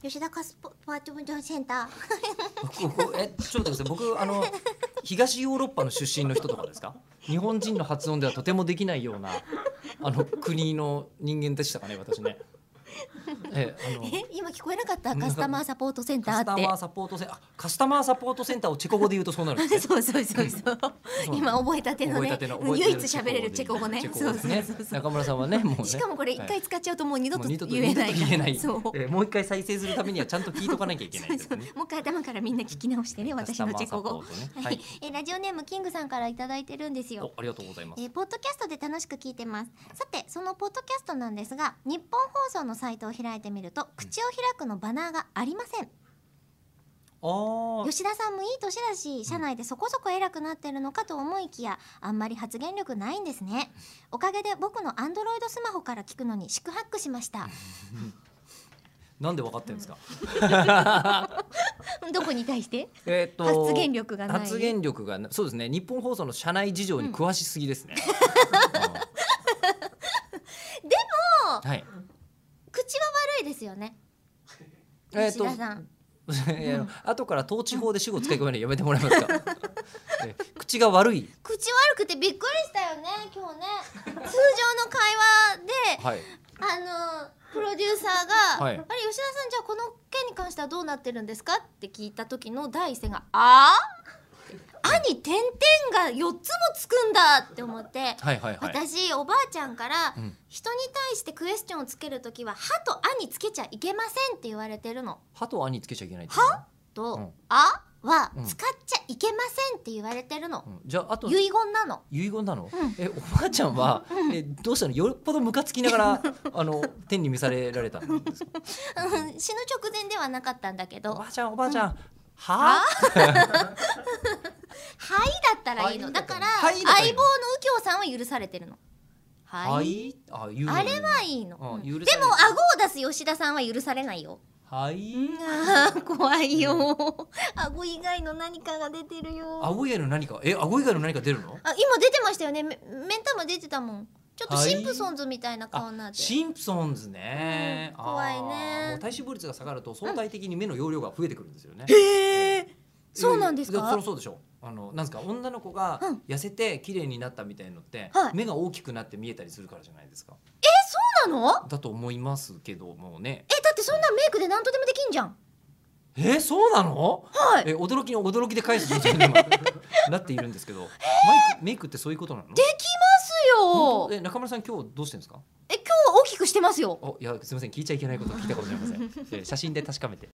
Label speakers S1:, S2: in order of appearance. S1: 吉田カスポパーチョブジョンセンタ
S2: 僕僕えちょっと待ってください僕 あの東ヨーロッパの出身の人とかですか日本人の発音ではとてもできないようなあの国の人間でしたかね私ねええあの
S1: ー え今聞こえなかったカスタマーサポートセンター
S2: カス
S1: っ
S2: タマー
S1: て
S2: サポートセンあカスタマーサポートセンターをチェコ語で言うとそうなるんですね
S1: そうそうそうそう今覚えたての
S2: 覚え
S1: ね
S2: たての覚えた
S1: 唯
S2: ての
S1: 一喋れるチェコ語ね
S2: チェコ
S1: そ
S2: 語
S1: う
S2: で
S1: そ
S2: す
S1: う
S2: ね
S1: そうそう
S2: 中村さんはねもうね
S1: しかもこれ一
S2: は
S1: 回使っちゃうともう二度
S2: も
S1: と
S2: う二度と
S1: 言えない
S2: 二度と言えない
S1: そう
S2: えーもう一回再生するためにはちゃんと聞いとかなきゃいけないですよね
S1: もう一回頭からみんな聞き直してね私のチェコ語
S2: カスタマーサポートね
S1: は
S2: はい
S1: い、えラジオネームキングさんからいただいてるんですよ
S2: おありがとうございます
S1: えーポッドキャストで楽しく聞いてますさてそのポッドキャストなんですが日本放送のサイトを開いてみると「口を開く」のバナーがありません
S2: あー
S1: 吉田さんもいい年だし社内でそこそこ偉くなってるのかと思いきやあんまり発言力ないんですねおかげで僕のアンドロイドスマホから聞くのに四苦八苦しました
S2: なんで分かってるんですか
S1: どこに対して
S2: えーっと
S1: 発言力がない
S2: 発言力がなそうですね日本放送の社内事情に詳しすぎで すね、うんはい
S1: 口は悪いですよね
S2: えーっ
S1: 吉
S2: と
S1: 田さん
S2: いや後から統治法で主語使い込めるのやめてもらえます かえ口が悪い
S1: 口悪くてびっくりしたよね今日ね通常の会話で
S2: はい
S1: あのプロデューサーが「
S2: はい
S1: あれ吉田さんじゃあこの件に関してはどうなってるんですか?」って聞いた時の第一声が「ああ?」あに点々が4つもつくんだって思って、
S2: はいはいはい
S1: 私おばあちゃんから、
S2: ん
S1: 人に対してクエスチョンをつける時は「は」と「あ」につけちゃいけませんって言われてるの。
S2: 歯と「あ」につけちゃいけないっていうの
S1: はと「
S2: うん
S1: あ」は
S2: うん
S1: 使っちゃいけませんって言われてるの。
S2: うんじゃああと
S1: 遺言なの。
S2: 遺言なの、
S1: うん
S2: えおばあちゃんは、えどうしたのよっぽどムカつきなが らあの天に召されられたんですか
S1: うん死ぬ直前ではなかったんだけ
S2: お
S1: ど
S2: ばあちゃんおばあちゃん、は
S1: は「はい」だったらいいの
S2: はい
S1: だから
S2: はい
S1: 相
S2: だから
S1: 棒の
S2: い
S1: 右
S2: いの
S1: 京さんは許されてるの
S2: あ
S1: はい、
S2: いあ言うの
S1: あれはいい
S2: あ
S1: の、うん
S2: 許される
S1: でも顎を出す吉田さんは許されないよ
S2: はい
S1: あー怖いよ顎以外の何かが出てるよ
S2: 顎以外の何かえ顎以外の何か出るの
S1: あ今出てましたよねめ目ん玉出てたもんちょっとシンプソンズみたいな顔にな
S2: あ
S1: って、
S2: シンプソンズね、
S1: うん怖いね
S2: あーもう体脂肪率が下がると相対的に目の容量が増えてくるんですよね、
S1: へえそうなんです
S2: いやいや
S1: か
S2: そりゃそうでしょあのなんですか女の子が
S1: うん
S2: 痩せて綺麗になったみたいのって、
S1: はい
S2: 目が大きくなって見えたりするからじゃないですか
S1: そうなの
S2: だと思いますけどもね
S1: えだってそんなメイクで何とでもできんじゃん
S2: えーそうなの、
S1: はい
S2: えー驚きの驚きで返す状態に 今なっているんですけど、マイクメイクってそういうことなの
S1: できます
S2: 本当
S1: よ
S2: え中村さん今日どうしてるんですか
S1: え今日大きくしてますよ
S2: おいやすみません聞いちゃいけないことを聞いたかもしれません、えー写真で確かめて